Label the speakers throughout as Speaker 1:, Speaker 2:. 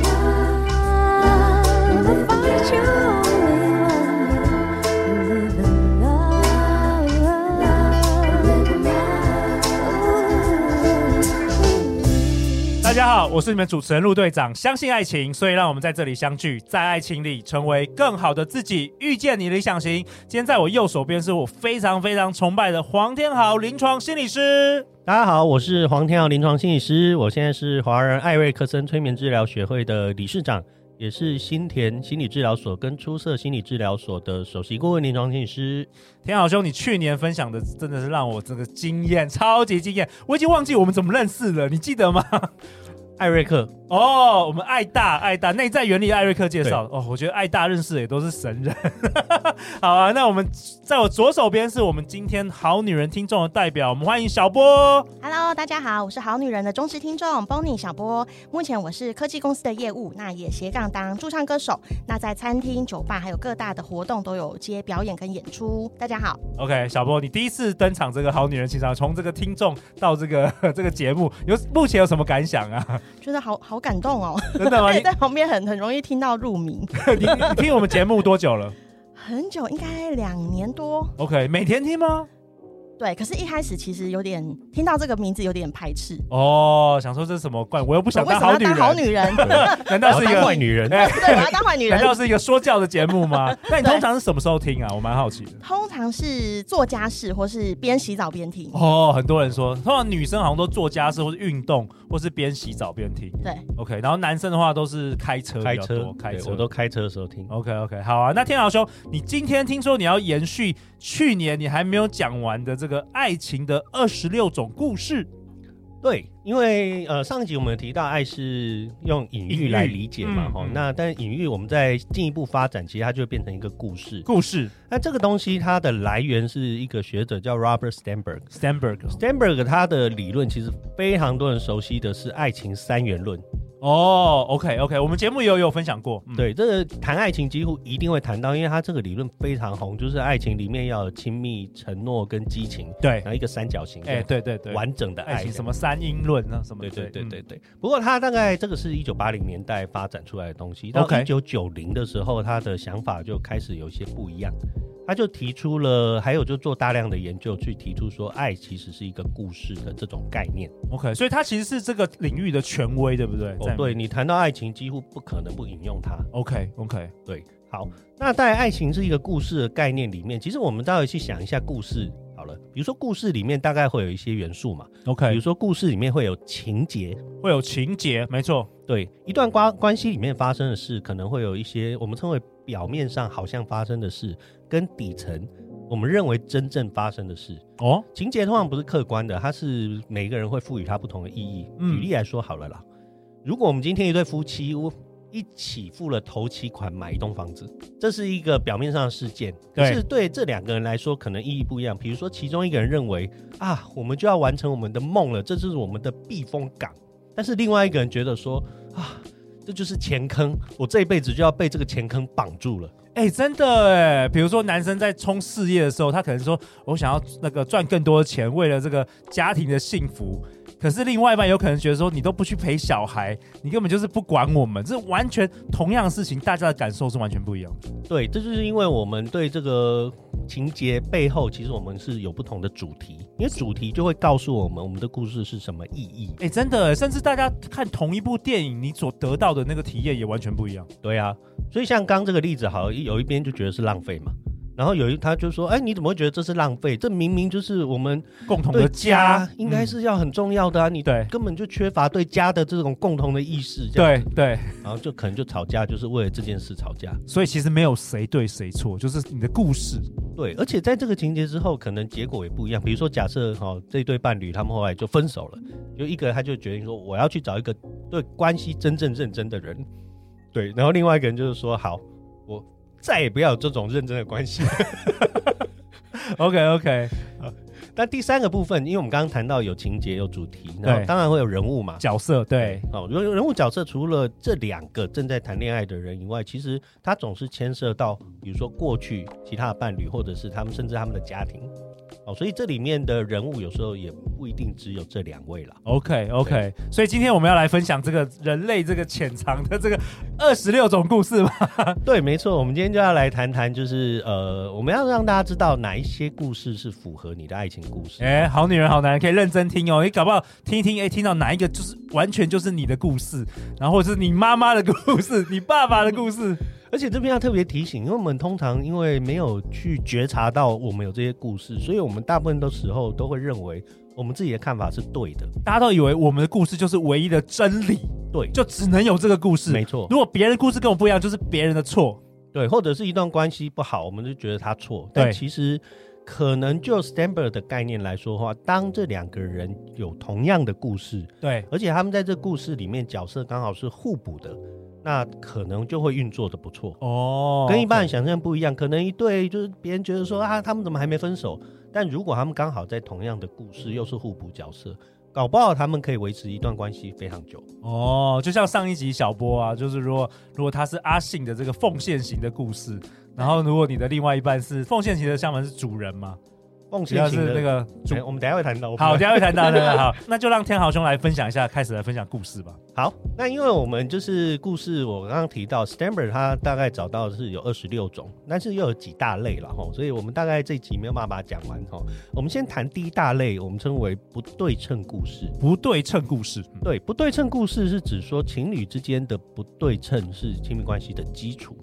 Speaker 1: Love, find you only one. Live in love, live in love.
Speaker 2: 大家好，我是你们主持人陆队长。相信爱情，所以让我们在这里相聚，在爱情里成为更好的自己，遇见你理想型。今天在我右手边是我非常非常崇拜的黄天豪临床心理师。
Speaker 3: 大家好，我是黄天耀临床心理师，我现在是华人艾瑞克森催眠治疗学会的理事长，也是新田心理治疗所跟出色心理治疗所的首席顾问临床心理师。
Speaker 2: 天豪兄，你去年分享的真的是让我这个惊艳，超级惊艳。我已经忘记我们怎么认识了，你记得吗？
Speaker 3: 艾瑞克，
Speaker 2: 哦，我们爱大爱大内在原理，艾瑞克介绍的哦，我觉得爱大认识的也都是神人。 好啊，那我们在我左手边是我们今天好女人听众的代表，我们欢迎小波。
Speaker 4: Hello，大家好，我是好女人的忠实听众 Bonnie 小波。目前我是科技公司的业务，那也斜杠当驻唱歌手。那在餐厅、酒吧还有各大的活动都有接表演跟演出。大家好，
Speaker 2: OK，小波，你第一次登场这个《好女人情场》，从这个听众到这个 这个节目，有目前有什么感想啊？
Speaker 4: 觉得好好感动哦，
Speaker 2: 真的吗？
Speaker 4: 而
Speaker 2: 你
Speaker 4: 且 在旁边很很容易听到入迷，
Speaker 2: 你 你你听我们节目多久了
Speaker 4: 很久应该两年多。
Speaker 2: ？OK，每天听吗？
Speaker 4: 对，可是一开始其实有点听到这个名字有点排斥，
Speaker 2: 哦，想说这是什么怪？我又不想
Speaker 4: 为
Speaker 2: 当
Speaker 4: 什么
Speaker 2: 好
Speaker 4: 要
Speaker 2: 女
Speaker 4: 当
Speaker 2: 人，
Speaker 4: 好女人？
Speaker 2: 难
Speaker 3: 我
Speaker 2: 道
Speaker 3: 要
Speaker 2: 是一
Speaker 3: 当
Speaker 2: 个？
Speaker 3: 坏女人。
Speaker 2: 哎
Speaker 4: 对，我要当坏女
Speaker 2: 难
Speaker 4: 人
Speaker 2: 道。是一个说教的节目 吗？那你
Speaker 4: 对
Speaker 2: 通常是什么时候听啊？我蛮好奇的。
Speaker 4: 通常是做家事或是边洗澡边听。
Speaker 2: 哦，很多人说，通常女生好像都做家事或是运动，或是边洗澡边听。
Speaker 4: 对，
Speaker 2: OK，然后男生的话都是开车
Speaker 3: 开
Speaker 2: 比较
Speaker 3: 车
Speaker 2: 多，，开
Speaker 3: 对
Speaker 2: 车
Speaker 3: 我都开车的时候听。
Speaker 2: OK OK，好啊。那天豪兄，你今天听说你要延续去年你还没有讲完的这个爱情的二十六种故事，
Speaker 3: 对，因为呃上一集我们提到爱是用隐
Speaker 2: 隐喻
Speaker 3: 喻来理解嘛，
Speaker 2: 嗯
Speaker 3: 哈、
Speaker 2: 嗯
Speaker 3: 那但隐喻我们再进一步发展，其实它就会变成一个故事。
Speaker 2: 故事
Speaker 3: 那这个东西它的来源是一个学者叫 Robert Stenberg。
Speaker 2: Stanberg。
Speaker 3: Stenberg 他的理论其实非常多人熟悉的是爱情三元论。
Speaker 2: 哦、o k OK，我们节目也有也有分享过，嗯、
Speaker 3: 对，这个谈爱情几乎一定会谈到，因为他这个理论非常红，就是爱情里面要有亲密、承诺跟激情，
Speaker 2: 对
Speaker 3: 然，后一个三角形，
Speaker 2: 哎、对对对，
Speaker 3: 完整的爱
Speaker 2: 爱情什么三英论啊什么
Speaker 3: 对
Speaker 2: 的，
Speaker 3: 对对对
Speaker 2: 嗯
Speaker 3: 对。不过他大概这个是一九八零年代发展出来的东西，到
Speaker 2: 哦 OK
Speaker 3: 一九九零的时候，他的想法就开始有一些不一样。他就提出了，还有就做大量的研究去提出说，爱其实是一个故事的这种概念。
Speaker 2: OK，所以他其实是这个领域的权威，对不对？
Speaker 3: 哦
Speaker 2: 在，
Speaker 3: 对你谈到爱情，几乎不可能不引用它。
Speaker 2: ，OK OK，
Speaker 3: 对，好，那在爱情是一个故事的概念里面，其实我们待会去想一下故事好了。比如说故事里面大概会有一些元素嘛，比
Speaker 2: OK，
Speaker 3: 如说故事里面会有情节，
Speaker 2: 会有情节，没错，
Speaker 3: 对，一段关关系里面发生的事，可能会有一些我们称为表面上好像发生的事，跟底层我们认为真正发生的事。
Speaker 2: 哦，
Speaker 3: 情节通常不是客观的，它是每个人会赋予它不同的意义。
Speaker 2: 嗯
Speaker 3: 举例来说好了啦，如果我们今天一对夫妻我一起付了头期款买一栋房子，这是一个表面上的事件，可
Speaker 2: 对
Speaker 3: 是对这两个人来说可能意义不一样。比如说，其中一个人认为啊，我们就要完成我们的梦了，这就是我们的避风港；但是另外一个人觉得说啊，这就是钱坑，我这一辈子就要被这个钱坑绑住了。
Speaker 2: 哎、真的哎，比如说男生在冲事业的时候，他可能说我想要那个赚更多的钱，为了这个家庭的幸福。可是另外一半有可能觉得说，你都不去陪小孩，你根本就是不管我们，这完全同样的事情，大家的感受是完全不一样的。
Speaker 3: 对，这就是因为我们对这个情节背后，其实我们是有不同的主题，因为主题就会告诉我们我们的故事是什么意义。
Speaker 2: 哎、真的耶，甚至大家看同一部电影，你所得到的那个体验也完全不一样。
Speaker 3: 对啊，所以像刚这个例子，好，有一边就觉得是浪费嘛，然后有一他就说，哎，你怎么会觉得这是浪费？这明明就是我们
Speaker 2: 共同
Speaker 3: 对
Speaker 2: 的家嗯
Speaker 3: 应该、是要很重要的啊，你
Speaker 2: 对
Speaker 3: 根本就缺乏对家的这种共同的意识，
Speaker 2: 嗯
Speaker 3: 这样，
Speaker 2: 对对，
Speaker 3: 然后就可能就吵架，就是为了这件事吵架。
Speaker 2: 所以其实没有谁对谁错，就是你的故事。
Speaker 3: 对，而且在这个情节之后，可能结果也不一样。比如说，假设哈、哦、这对伴侣他们后来就分手了，就一个他就决定说我要去找一个对关系真正认真的人，对，然后另外一个人就是说好，我再也不要有这种认真的关系。
Speaker 2: OK OK，
Speaker 3: 但第三个部分，因为我们刚刚谈到有情节有主题，然后
Speaker 2: 对
Speaker 3: 当然会有人物嘛。
Speaker 2: 角色对，
Speaker 3: 哦，人人物角色除了这两个正在谈恋爱的人以外，其实他总是牵涉到，比如说过去其他的伴侣，或者是他们甚至他们的家庭。哦，所以这里面的人物有时候也不一定只有这两位啦。
Speaker 2: OK OK，所以今天我们要来分享这个人类这个潜藏的这个二十六种故事嘛？
Speaker 3: 对，没错，我们今天就要来谈谈，就是呃，我们要让大家知道哪一些故事是符合你的爱情故 事。
Speaker 2: 哎、好女人好男人可以认真听哦，你搞不好听一听，哎、听到哪一个就是完全就是你的故事，然后或者是你妈妈的故事，你爸爸的故事。
Speaker 3: 而且这边要特别提醒，因为我们通常因为没有去觉察到我们有这些故事，所以我们大部分的时候都会认为我们自己的看法是对的。
Speaker 2: 大家都以为我们的故事就是唯一的真理，
Speaker 3: 对，
Speaker 2: 就只能有这个故事。
Speaker 3: 没错
Speaker 2: 如果别人的故事跟我不一样，就是别人的错。
Speaker 3: 对，或者是一段关系不好，我们就觉得他错，
Speaker 2: 对
Speaker 3: 但其实可能就 Stamper 的概念来说的话，当这两个人有同样的故事，
Speaker 2: 对，
Speaker 3: 而且他们在这故事里面角色刚好是互补的，那可能就会运作的不错。
Speaker 2: 哦
Speaker 3: 跟一般人想象不一样，可能一对就是别人觉得说啊，他们怎么还没分手？但如果他们刚好在同样的故事，又是互补角色，搞不好他们可以维持一段关系非常久。
Speaker 2: 哦，就像上一集小波啊，就是如果如果他是阿信的这个奉献型的故事，然后如果你的另外一半是奉献型的，像我们是主人嘛，
Speaker 3: 梦
Speaker 2: 只
Speaker 3: 想
Speaker 2: 要
Speaker 3: 型
Speaker 2: 是
Speaker 3: 的
Speaker 2: 那个主
Speaker 3: 哎，我们等一下会谈到。
Speaker 2: 好，等一
Speaker 3: 的。
Speaker 2: 下会谈到的。好，那就让天豪兄来分享一下，开始来分享故事吧。
Speaker 3: 好，那因为我们就是故事，我刚刚提到 Stamper 他大概找到的是有二十六种，但是又有几大类了哈，所以我们大概这集没有办法把它讲完哈。我们先谈第一大类，我们称为不对称故事。
Speaker 2: 不对称故事，嗯
Speaker 3: 对，不对称故事是指说情侣之间的不对称是亲密关系的基础。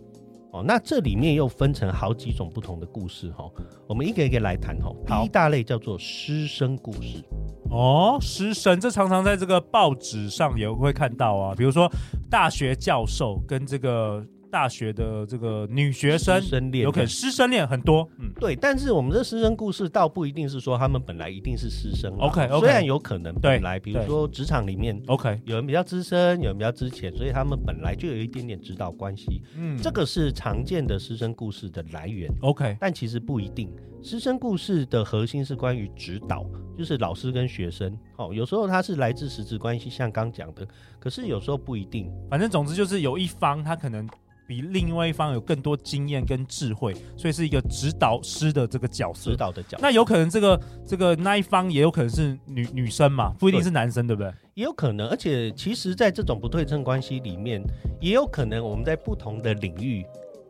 Speaker 3: 哦，那这里面又分成好几种不同的故事哈、我们一个一个来谈哈、第一大类叫做师生故事，
Speaker 2: 哦，师生这常常在这个报纸上也会看到啊，比如说大学教授跟这个大学的这个女学生
Speaker 3: 师，生恋
Speaker 2: 有可能师生恋很多，嗯，
Speaker 3: 对，但是我们这师生故事倒不一定是说他们本来一定是师生啦啊
Speaker 2: OK，OK
Speaker 3: 虽然有可能
Speaker 2: 对
Speaker 3: 本来比如
Speaker 2: 对
Speaker 3: 说职场里面
Speaker 2: OK，
Speaker 3: 有人比较资深，有人比较之前，所以他们本来就有一点点指导关系，
Speaker 2: 嗯，
Speaker 3: 这个是常见的师生故事的来源。
Speaker 2: OK，
Speaker 3: 但其实不一定。师生故事的核心是关于指导，就是老师跟学生。哦，有时候它是来自实质关系，像刚讲的，可是有时候不一定。
Speaker 2: 反正总之就是有一方他可能比另外一方有更多经验跟智慧，所以是一个指导师的这个角色
Speaker 3: 指。导的角度，
Speaker 2: 那有可能这个这个那一方也有可能是女女生嘛，不一定
Speaker 3: 对
Speaker 2: 是男生，对不对？
Speaker 3: 也有可能，而且其实，在这种不对称关系里面，也有可能我们在不同的领域，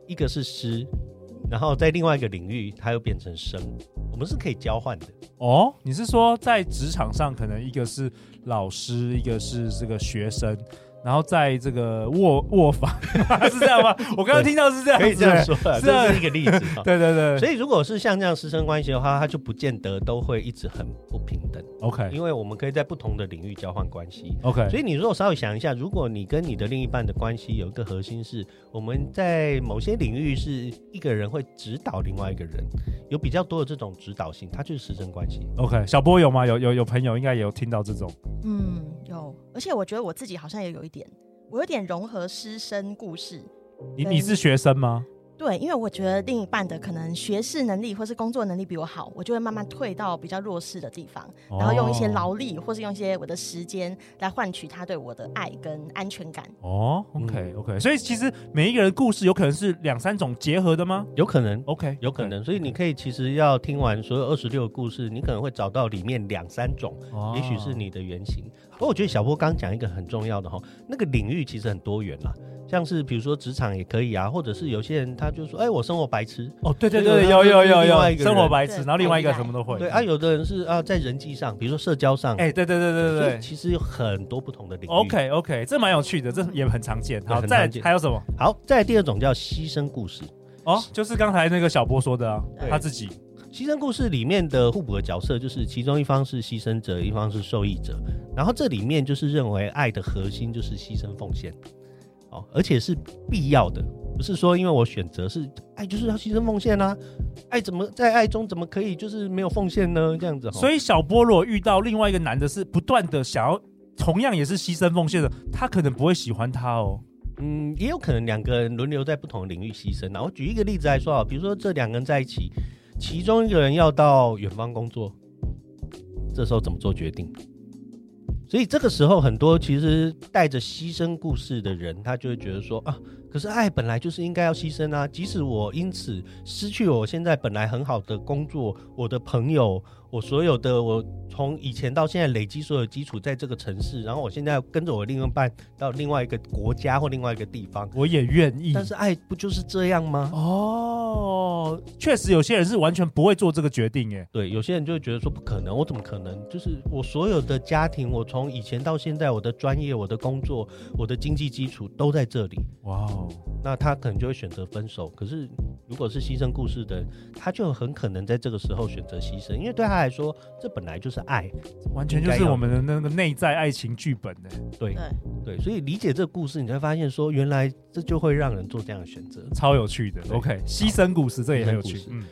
Speaker 3: 一个是师，然后在另外一个领域，它又变成生，我们是可以交 换的。
Speaker 2: 哦，你是说在职场上，可能一个是老师，一个是这个学生，然后在这个 卧卧房是这样吗？我刚刚听到是这样，
Speaker 3: 可以这样。说啊，
Speaker 2: 是
Speaker 3: 这是一个例子。哈
Speaker 2: 对对对，
Speaker 3: 所
Speaker 2: 以
Speaker 3: 以，如果是像这样师生关系的话，它就不见得都会一直很不平等。
Speaker 2: OK
Speaker 3: 因为我们可以在不同的领域交换关系。
Speaker 2: OK，
Speaker 3: 所以你如果稍微想一下，如果你跟你的另一半的关系有一个核心是，我们在某些领域是一个人会指导另外一个人，有比较多的这种指导性，它就是师生关系。
Speaker 2: OK，小波有吗？有有有朋友应该也有听到这种
Speaker 4: 嗯，有，而且我觉得我自己好像也有一点，我有点融合师生故事。
Speaker 2: 你
Speaker 3: 呃
Speaker 4: 对
Speaker 2: 你是学生吗？
Speaker 3: 嗯
Speaker 4: 对，因为我觉得另一半的可能学识能力或是工作能力比我好，我就会慢慢退到比较弱势的地方，然后用一些
Speaker 2: 哦
Speaker 4: 劳力或是用一些我的时间来换取他对我的爱跟安全感。
Speaker 2: 哦，OK OK，所以其实每一个人故事有可能是两三种结合的吗
Speaker 3: 有可能，
Speaker 2: ？OK，
Speaker 3: 有可能。所以你可以其实要听完所有二十六个故事，你可能会找到里面两三种，
Speaker 2: 能
Speaker 3: 也许是你的原型。不过我觉得小波刚讲一个很重要的哈，那个领域其实很多元啦。像是比如说职场也可以啊，或者是有些人他就说，哎、我生活白痴，
Speaker 2: 哦，对对
Speaker 3: 所以
Speaker 2: 对，
Speaker 3: 有
Speaker 2: 有有
Speaker 3: 有
Speaker 2: 有
Speaker 3: 另外一
Speaker 2: 有
Speaker 3: 个
Speaker 2: 生活
Speaker 3: 人
Speaker 2: 白痴，
Speaker 4: 对
Speaker 2: 然后另外一个
Speaker 4: 白痴
Speaker 2: 什么都会，
Speaker 3: 对啊，有的人是啊，在人际上，比如说社交上，
Speaker 2: 哎，对对对对
Speaker 3: 所
Speaker 2: 对
Speaker 3: 以，其实有很多不同的领域。
Speaker 2: OK OK，这蛮有趣的，这也很常见。
Speaker 3: 对
Speaker 2: 好，
Speaker 3: 很
Speaker 2: 再
Speaker 3: 常见
Speaker 2: 还有什么？
Speaker 3: 好，再来第二种叫牺牲故事。
Speaker 2: 哦，就是刚才那个小波说的啊，
Speaker 4: 对
Speaker 2: 他自己
Speaker 3: 牺牲故事里面的互补的角色，就是其中一方是牺牲者，一方是受益者。然后这里面就是认为爱的核心就是牺牲奉献，哦，而且是必要的，不是说因为我选择是爱就是要牺牲奉献啊，爱怎么在爱中怎么可以就是没有奉献呢？这样子、哦，
Speaker 2: 所
Speaker 3: 以
Speaker 2: 以小波如果遇到另外一个男的，是不断的想要同样也是牺牲奉献的，他可能不会喜欢他哦。
Speaker 3: 嗯，也有可能两个人轮流在不同的领域牺牲啊。我举一个例子来说啊，比如说这两个人在一起，其中一个人要到远方工作，这时候怎么做决定？所以这个时候，很多其实带着牺牲故事的人，他就会觉得说啊，可是爱本来就是应该要牺牲啊。即使我因此失去我现在本来很好的工作、我的朋友、我所有的我从以前到现在累积所有基础在这个城市，然后我现在要跟着我另一半到另外一个国家或另外一个地方，
Speaker 2: 我也愿意。
Speaker 3: 但是爱不就是这样吗？
Speaker 2: 哦，确实有些人是完全不会做这个决定，哎，
Speaker 3: 对，有些人就会觉得说不可能，我怎么可能？就是我所有的家庭，我从以前到现在，我的专业、我的工作、我的经济基础都在这里，
Speaker 2: 哇哦，
Speaker 3: 那他可能就会选择分手。可是如果是牺牲故事的人，他就很可能在这个时候选择牺牲，因为对他来说，这本来就是爱。
Speaker 2: 完全就是我们的那个内在爱情剧本呢，
Speaker 3: 对
Speaker 4: 对
Speaker 3: 对，所以理解这个故事，你才发现说，原来这就会让人做这样的选择。
Speaker 2: 超有趣的。
Speaker 3: 对
Speaker 2: OK，牺牲故事这也很有趣
Speaker 3: 牺牲。故
Speaker 2: 嗯，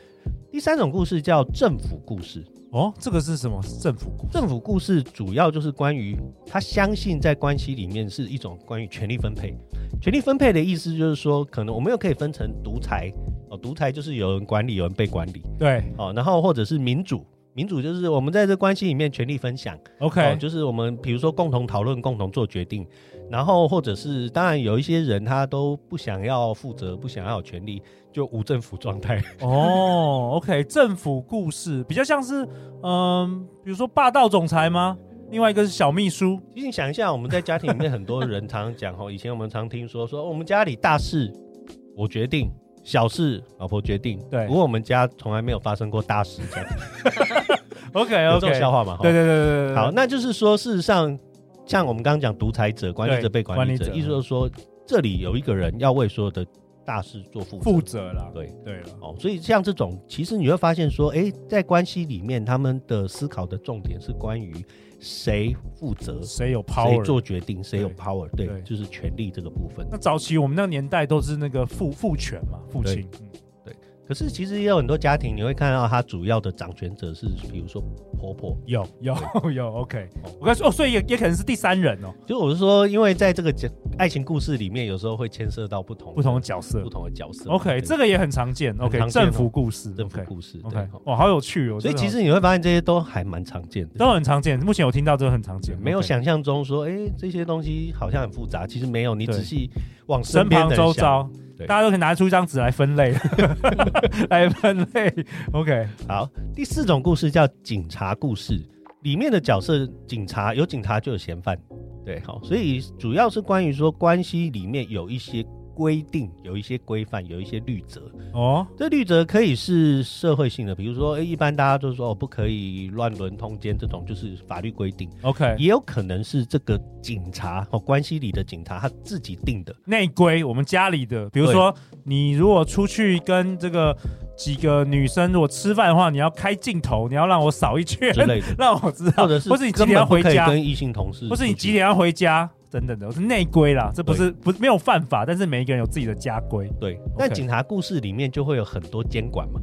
Speaker 3: 第三种故事叫政府故事。
Speaker 2: 哦，这个是什么？政府故
Speaker 3: 政府故事主要就是关于他相信在关系里面是一种关于权力分配。权力分配的意思就是说，可能我们又可以分成独裁哦，独裁就是有人管理，有人被管理
Speaker 2: 对
Speaker 3: 哦，然后或者是民主，民主就是我们在这关系里面权力分享哦，
Speaker 2: ，OK，
Speaker 3: 就是我们比如说共同讨论、共同做决定，然后或者是当然有一些人他都不想要负责，不想要有权利，就无政府状态。
Speaker 2: 哦，OK，政府故事比较像是，嗯、比如说霸道总裁吗？另外一个是小秘书，
Speaker 3: 其实你想一下，我们在家庭里面很多人常常讲哦，以 前我们常听说说哦我们家里大事我决定，小事老婆决定。
Speaker 2: 对
Speaker 3: 不过我们家从来没有发生过大事 这样，
Speaker 2: OK
Speaker 3: 有
Speaker 2: OK，
Speaker 3: 这种笑话嘛？哈
Speaker 2: 对对对对对对，
Speaker 3: 好，那就是说，事实上，像我们刚刚讲独裁者、管理者、
Speaker 2: 对
Speaker 3: 被管理者，
Speaker 2: 管理者
Speaker 3: 意思就是说，这里有一个人要为所有的大事做负责。
Speaker 2: 负责啦，
Speaker 3: 对
Speaker 2: 对了，
Speaker 3: 哦，所以像这种，其实你会发现说，诶，在关系里面，他们的思考的重点是关于谁负责，
Speaker 2: 谁有
Speaker 3: 谁
Speaker 2: power？
Speaker 3: 做决定，谁有
Speaker 2: 对
Speaker 3: power，对，
Speaker 2: 对
Speaker 3: 就是权力这个部分。
Speaker 2: 那早期我们那个年代都是那个父父权嘛，父亲，嗯
Speaker 3: 可是其实也有很多家庭，你会看到他主要的掌权者是，比如说婆婆。
Speaker 2: 有有 有 OK，我跟你说哦，所以也也可能是第三人哦，
Speaker 3: 就我是说，因为在这个家爱情故事里面，有时候会牵涉到不同
Speaker 2: 不同的角色
Speaker 3: 不。同的角色。
Speaker 2: OK，
Speaker 3: 对
Speaker 2: 这个也很常见。OK，
Speaker 3: 常见哦
Speaker 2: 政府故事，
Speaker 3: 政府故事
Speaker 2: OK，
Speaker 3: 对
Speaker 2: OK，
Speaker 3: 好
Speaker 2: 哇，好有趣哦。
Speaker 3: 所
Speaker 2: 真
Speaker 3: 以
Speaker 2: 的
Speaker 3: 其
Speaker 2: 好
Speaker 3: 实你会发现这些都还蛮常见的，
Speaker 2: 都很常见，目前我听到这个很常见，
Speaker 3: 没有
Speaker 2: OK
Speaker 3: 想象中说，哎，这些东西好像很复杂，其实没有，你
Speaker 2: 对
Speaker 3: 仔细往
Speaker 2: 身
Speaker 3: 身边
Speaker 2: 旁
Speaker 3: 的人
Speaker 2: 周
Speaker 3: 想。
Speaker 2: 遭，
Speaker 3: 对
Speaker 2: 大家都可以拿出一张纸来分 类，来分类。OK，
Speaker 3: 好，第四种故事叫警察故事，里面的角色警察有警察就有嫌犯，对，好，所以主要是关于说关系里面有一些规定，有一些规范，有一些律则，
Speaker 2: 哦，
Speaker 3: 这律则可以是社会性的，比如说，哎，一般大家都说哦，不可以乱伦通奸这种，就是法律规定。
Speaker 2: OK，
Speaker 3: 也有可能是这个警察哦，关系里的警察他自己定的，
Speaker 2: 内规我们家里的，比如说你如果出去跟这个几个女生如果吃饭的话，你要开镜头，你要让我扫一圈
Speaker 3: 之类的
Speaker 2: 让我知道，
Speaker 3: 或者是
Speaker 2: 或是你几
Speaker 3: 根
Speaker 2: 点
Speaker 3: 本
Speaker 2: 要
Speaker 3: 不
Speaker 2: 回
Speaker 3: 可以
Speaker 2: 家，
Speaker 3: 跟异性同事，
Speaker 2: 或是你几？点要回家等等的，是内规啦，这不是不没有犯法，但是每一个人有自己的家规。
Speaker 3: 对，但警察故事里面就会有很多监 管嘛。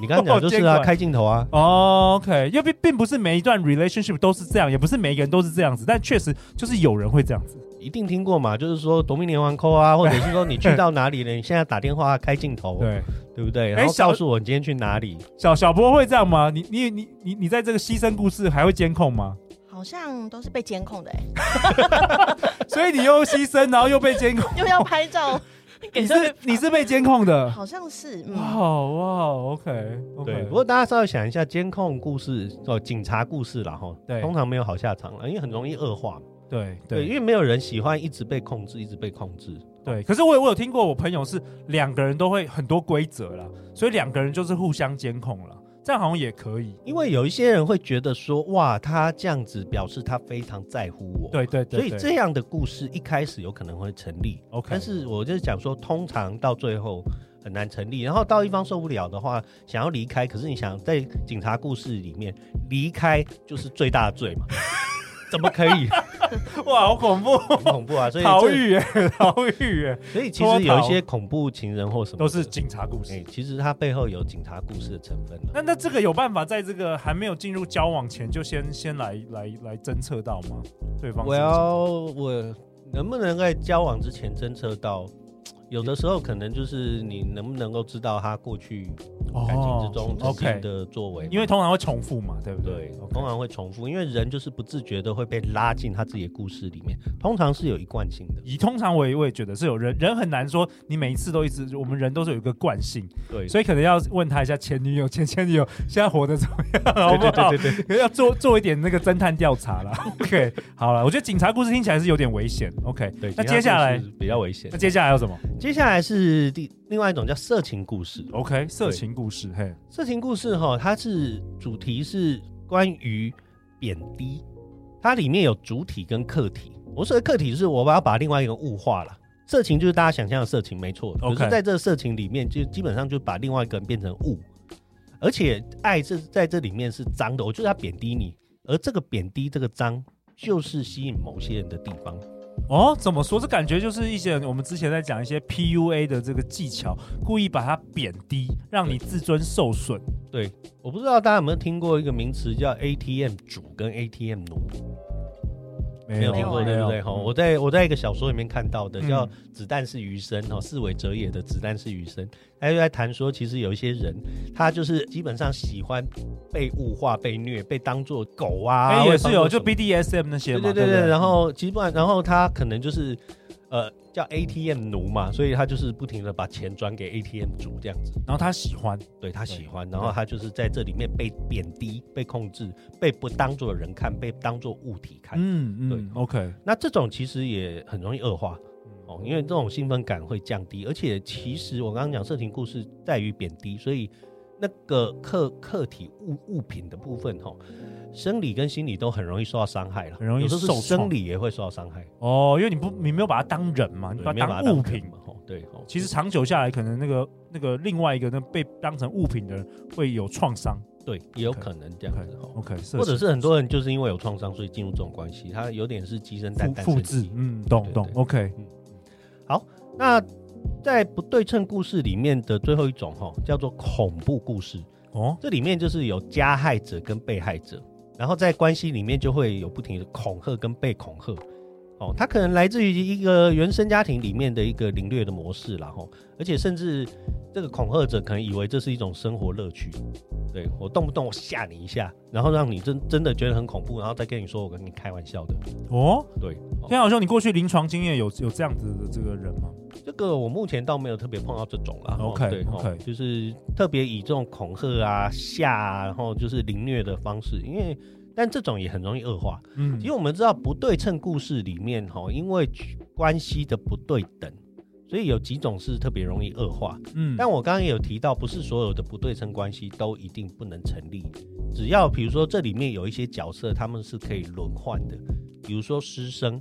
Speaker 3: 你刚刚讲就是
Speaker 2: 监
Speaker 3: 啊，
Speaker 2: 管
Speaker 3: 开镜头啊，
Speaker 2: 哦 OK，因为并并不是每一段 relationship 都是这样，也不是每一个人都是这样子，但确实就是有人会这样子。
Speaker 3: 一定听过嘛，就是说夺命连环扣 啊，或者是说你去到哪里了，你现在打电话啊开镜头，
Speaker 2: 对，
Speaker 3: 对不对？
Speaker 2: 哎
Speaker 3: 然后
Speaker 2: 小
Speaker 3: 告诉我你今天去哪里，
Speaker 2: 小小波会这样吗？你你你你你在这个牺牲故事还会监控吗？
Speaker 4: 好像都是被监控的、欸，
Speaker 2: 所以你又牺牲，然后又被监控，
Speaker 4: 又要拍照，给
Speaker 2: 你
Speaker 4: 社会
Speaker 2: 是你是被监控的。
Speaker 4: 好像是， 嗯，
Speaker 2: 哇哇，OK OK，
Speaker 3: 对，不过大家稍微想一下，监控故事哦，警察故事啦，哈，
Speaker 2: 对
Speaker 3: 通常没有好下场了，因为很容易恶化嘛。
Speaker 2: 对
Speaker 3: 对，因
Speaker 2: 对
Speaker 3: 为没有人喜欢一直被控制，一直被控制。
Speaker 2: 对。可是我有我有听过，我朋友是两个人都会很多规则啦，所以两个人就是互相监控了，这样好像也可以。
Speaker 3: 因为有一些人会觉得说，哇，他这样子表示他非常在乎我。
Speaker 2: 对对对
Speaker 3: 所以这样的故事一开始有可能会成立。
Speaker 2: OK
Speaker 3: 但是我就是讲说，通常到最后很难成立。然后到一方受不了的话，想要离开，可是你想在警察故事里面离开就是最大的 罪嘛？怎么可以？
Speaker 2: 哇，好恐怖！
Speaker 3: 很恐怖啊！所以
Speaker 2: 逃
Speaker 3: 这
Speaker 2: 狱哎， 逃狱哎，
Speaker 3: 所以其实有一
Speaker 2: 脱逃
Speaker 3: 些恐怖情人或什么
Speaker 2: 都是
Speaker 3: 的
Speaker 2: 警察故
Speaker 3: 哎、
Speaker 2: 事。
Speaker 3: 其实它背后有警察故事的成分了。
Speaker 2: 那那这个有办法在这个还没有进入交往前就先先来来来侦测到吗？对方是不
Speaker 3: 我
Speaker 2: 是
Speaker 3: 要我能不能在交往之前侦测到？有的时候可能就是你能不能够知道他过去感情之中自己
Speaker 2: OK，
Speaker 3: 的作为嘛。
Speaker 2: 哦因为通常会重复嘛，对不对？
Speaker 3: 对
Speaker 2: OK，
Speaker 3: 通常会重复，因为人就是不自觉的会被拉进他自己的故事里面，通常是有一贯性的。
Speaker 2: 以通常我也我也觉得是有人人很难说，你每一次都一直，我们人都是有一个惯性，
Speaker 3: 对
Speaker 2: 所以可能要问他一下前女友、前前女友现在活得怎么样，好
Speaker 3: 对
Speaker 2: 不好？
Speaker 3: 对对对对，
Speaker 2: 可能要做做一点那个侦探调查啦。OK，好了，我觉得警察故事听起来是有点危险。OK，
Speaker 3: 对
Speaker 2: 那接下来
Speaker 3: 警察故事比较危险
Speaker 2: 那。接下来有什么
Speaker 3: 接下来是第另外一种叫色情故事，
Speaker 2: ？OK，色情故事，嘿，
Speaker 3: 色情故事哈，它是主题是关于贬低，它里面有主体跟客体。我说的客体是我把它把另外一个物化了，色情就是大家想象的色情，没错。可
Speaker 2: OK
Speaker 3: 是在这个色情里面，就基本上就把另外一个人变成物，而且爱是在这里面是脏的，我就是要贬低你，而这个贬低这个脏，就是吸引某些人的地方。
Speaker 2: 哦，怎么说？这感觉就是一些我们之前在讲一些 PUA 的这个技巧，故意把它贬低，让你自尊受损。
Speaker 3: 我不知道大家有没有听过一个名词叫 ATM 主跟 ATM 奴。没有听啊过，对不对？哈，我在我在一个小说里面看到的，
Speaker 2: 嗯
Speaker 3: 叫《子弹是余生》哈，四尾哲也的《子弹是余生》，他就在谈说，其实有一些人，他就是基本上喜欢被物化、被虐、被当做狗啊，
Speaker 2: 哎，也
Speaker 3: 或者
Speaker 2: 是有，
Speaker 3: 当作
Speaker 2: 就
Speaker 3: 什么
Speaker 2: BDSM 那些
Speaker 3: 对
Speaker 2: 嘛，
Speaker 3: 对对
Speaker 2: 对不
Speaker 3: 对，然后基本上，然后他可能就是呃叫 ATM 奴嘛，所以他就是不停的把钱转给 ATM 主这样子，
Speaker 2: 然后他喜欢，
Speaker 3: 对他喜欢，然后他就是在这里面被贬低、被控制、被不当做人看、被当做物体看，
Speaker 2: 嗯
Speaker 3: 哎对
Speaker 2: 嗯，OK，
Speaker 3: 那这种其实也很容易恶化
Speaker 2: 嗯
Speaker 3: 哦，因为这种兴奋感会降低，而且其实我刚刚讲色情故事在于贬低，所以那个客客体物物品的部分哦，生理跟心理都很容易受到伤害了，
Speaker 2: 很容易
Speaker 3: 有时候是
Speaker 2: 受创
Speaker 3: 生理也会受到伤害，
Speaker 2: 哦，因为你不你没有把它当人嘛，你
Speaker 3: 对
Speaker 2: 把
Speaker 3: 没有
Speaker 2: 它
Speaker 3: 它
Speaker 2: 当物
Speaker 3: 人
Speaker 2: 品
Speaker 3: 嘛，哦，对哦，
Speaker 2: 其实长久下来，可能那个那个另外一个那被当成物品的人会有创伤。
Speaker 3: 对也有
Speaker 2: OK，
Speaker 3: 可能这样
Speaker 2: OK
Speaker 3: 子哦。
Speaker 2: OK，色
Speaker 3: 或者
Speaker 2: 情
Speaker 3: 是很多人就是因为有创伤，所以进入这种关系，他有点是鸡生蛋，蛋
Speaker 2: 复复
Speaker 3: 生
Speaker 2: 制
Speaker 3: 鸡，
Speaker 2: 嗯，懂
Speaker 3: 对
Speaker 2: 懂
Speaker 3: 对
Speaker 2: ，OK，
Speaker 3: 那在不对称故事里面的最后一种哈、哦，叫做恐怖故事。
Speaker 2: 哦，
Speaker 3: 这里面就是有加害者跟被害者，然后在关系里面就会有不停的恐吓跟被恐吓。哦，他可能来自于一个原生家庭里面的一个凌虐的模式啦，吼，而且甚至这个恐吓者可能以为这是一种生活乐趣，对我动不动我吓你一下，然后让你真真的觉得很恐怖，然后再跟你说我跟你开玩笑的，
Speaker 2: 哦，
Speaker 3: 对，哦
Speaker 2: 天好兄，你过去临床经验有有这样子的这个人吗？
Speaker 3: 这个我目前倒没有特别碰到这种啦。
Speaker 2: OK，
Speaker 3: 哦对
Speaker 2: OK
Speaker 3: 哦，就是特别以这种恐吓啊、吓啊，然后就是凌虐的方式，因为但这种也很容易恶化。
Speaker 2: 嗯
Speaker 3: 其实我们知道不对称故事里面哈、哦，因为关系的不对等，所以有几种是特别容易恶化。
Speaker 2: 嗯
Speaker 3: 但我刚刚也有提到，不是所有的不对称关系都一定不能成立。只要比如说这里面有一些角色，他们是可以轮换的，比如说师生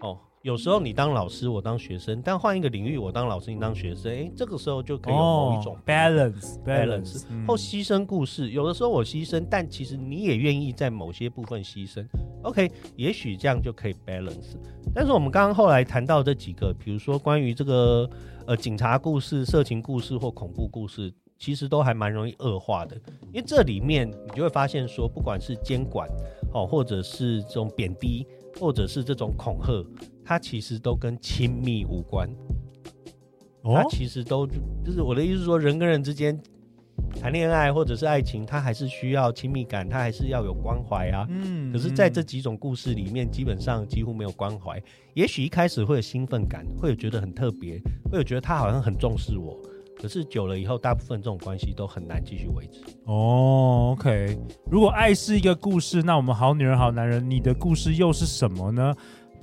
Speaker 3: 哦，有时候你当老师，我当学生，但换一个领域，我当老师，你当学生，诶，这个时候就可以有某一种
Speaker 2: 哦。balance balance，嗯
Speaker 3: 或牺牲故事，有的时候我牺牲，但其实你也愿意在某些部分牺牲。OK，也许这样就可以 balance。但是我们刚刚后来谈到这几个，比如说关于这个呃警察故事、色情故事或恐怖故事，其实都还蛮容易恶化的，因为这里面你就会发现说，不管是监管哦，或者是这种贬低，或者是这种恐吓，它其实都跟亲密无关。它
Speaker 2: 哦，
Speaker 3: 其实都就是我的意思是说，人跟人之间谈恋爱或者是爱情，它还是需要亲密感，它还是要有关怀啊。
Speaker 2: 嗯
Speaker 3: 可是，在这几种故事里面，基本上几乎没有关怀。也许一开始会有兴奋感，会有觉得很特别，会有觉得他好像很重视我。可是久了以后，大部分这种关系都很难继续维持。
Speaker 2: 哦，OK。如果爱是一个故事，那我们好女人、好男人，你的故事又是什么呢？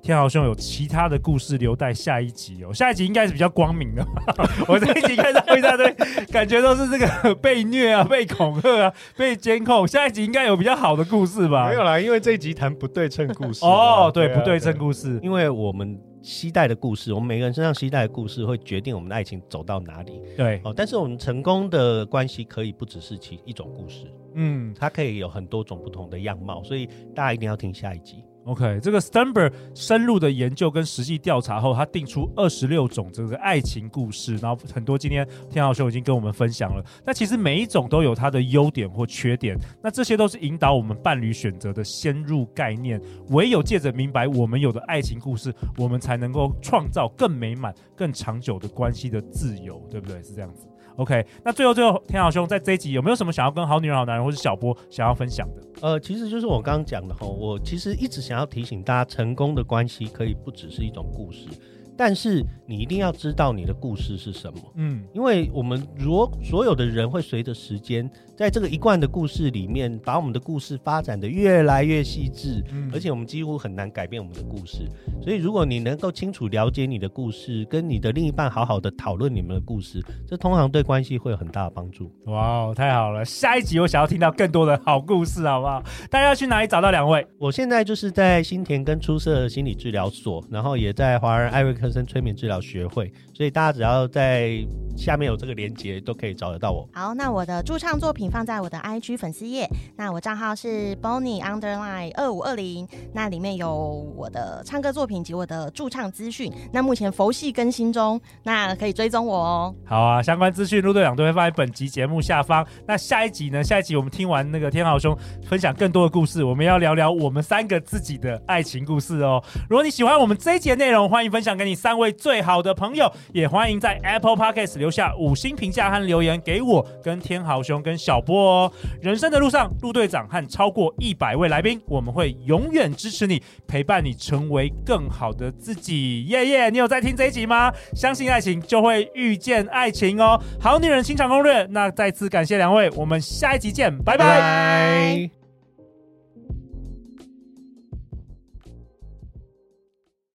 Speaker 2: 天豪兄有其他的故事留待下一集哦，下一集应该是比较光明的。 我这一集看到一大堆，感觉都是这个被虐啊、被恐吓啊、被监控。下一集应该有比较好的故事吧？
Speaker 3: 啦，因为这一集谈不对称故事啊
Speaker 2: 哦，对，不对称故事。
Speaker 3: 因为我们期待的故事，我们每个人身上期待的故事，会决定我们的爱情走到哪里。
Speaker 2: 对，
Speaker 3: 哦，但是我们成功的关系可以不只是其一种故事，
Speaker 2: 嗯
Speaker 3: 它可以有很多种不同的样貌，所以大家一定要听下一集。
Speaker 2: ，OK。这个 Stember 深入的研究跟实际调查后，他定出二十六种这个爱情故事，然后很多今天天浩兄已经跟我们分享了。那其实每一种都有它的优点或缺点，那这些都是引导我们伴侣选择的先入概念。唯有借着明白我们有的爱情故事，我们才能够创造更美满、更长久的关系的自由，对不对？是这样子。 OK，那最后最后，天豪兄在这一集有没有什么想要跟好女人、好男人或是小波想要分享的？
Speaker 3: 呃，其实就是我刚刚讲的哈，我其实一直想要提醒大家，成功的关系可以不只是一种故事，但是你一定要知道你的故事是什么。
Speaker 2: 嗯
Speaker 3: 因为我们如果所有的人会随着时间，在这个一贯的故事里面，把我们的故事发展的越来越细致，
Speaker 2: 嗯
Speaker 3: 而且我们几乎很难改变我们的故事。所以，如果你能够清楚了解你的故事，跟你的另一半好好的讨论你们的故事，这通常对关系会有很大的帮助。
Speaker 2: 哇哦，太好了！下一集我想要听到更多的好故事，好不好？大家要去哪里找到两位？
Speaker 3: 我现在就是在新田跟出色心理治疗所，然后也在华人艾瑞克森催眠治疗学会，所以大家只要在下面有这个连接，都可以找得到我。
Speaker 4: 好，那我的驻唱作品放在我的 IG 粉丝页，那我账号是 Bonnie Underline 二五二零，那里面有我的唱歌作品及我的驻唱资讯。那目前佛系更新中，那可以追踪我哦。
Speaker 2: 好啊，相关资讯陆队长都会放在本集节目下方。那下一集呢？下一集我们听完那个天豪兄分享更多的故事，我们要聊聊我们三个自己的爱情故事哦。如果你喜欢我们这一节内容，欢迎分享给你三位最好的朋友，也欢迎在 Apple Podcast 留下五星评价和留言给我、跟天豪兄、跟小波哦。人生的路上，陆队长和超过一百位来宾，我们会永远支持你，陪伴你成为更好的自己。耶耶，你有在听这一集吗？相信爱情就会遇见爱情哦。好女人情场攻略，那再次感谢两位，我们下一集见，拜拜
Speaker 3: 拜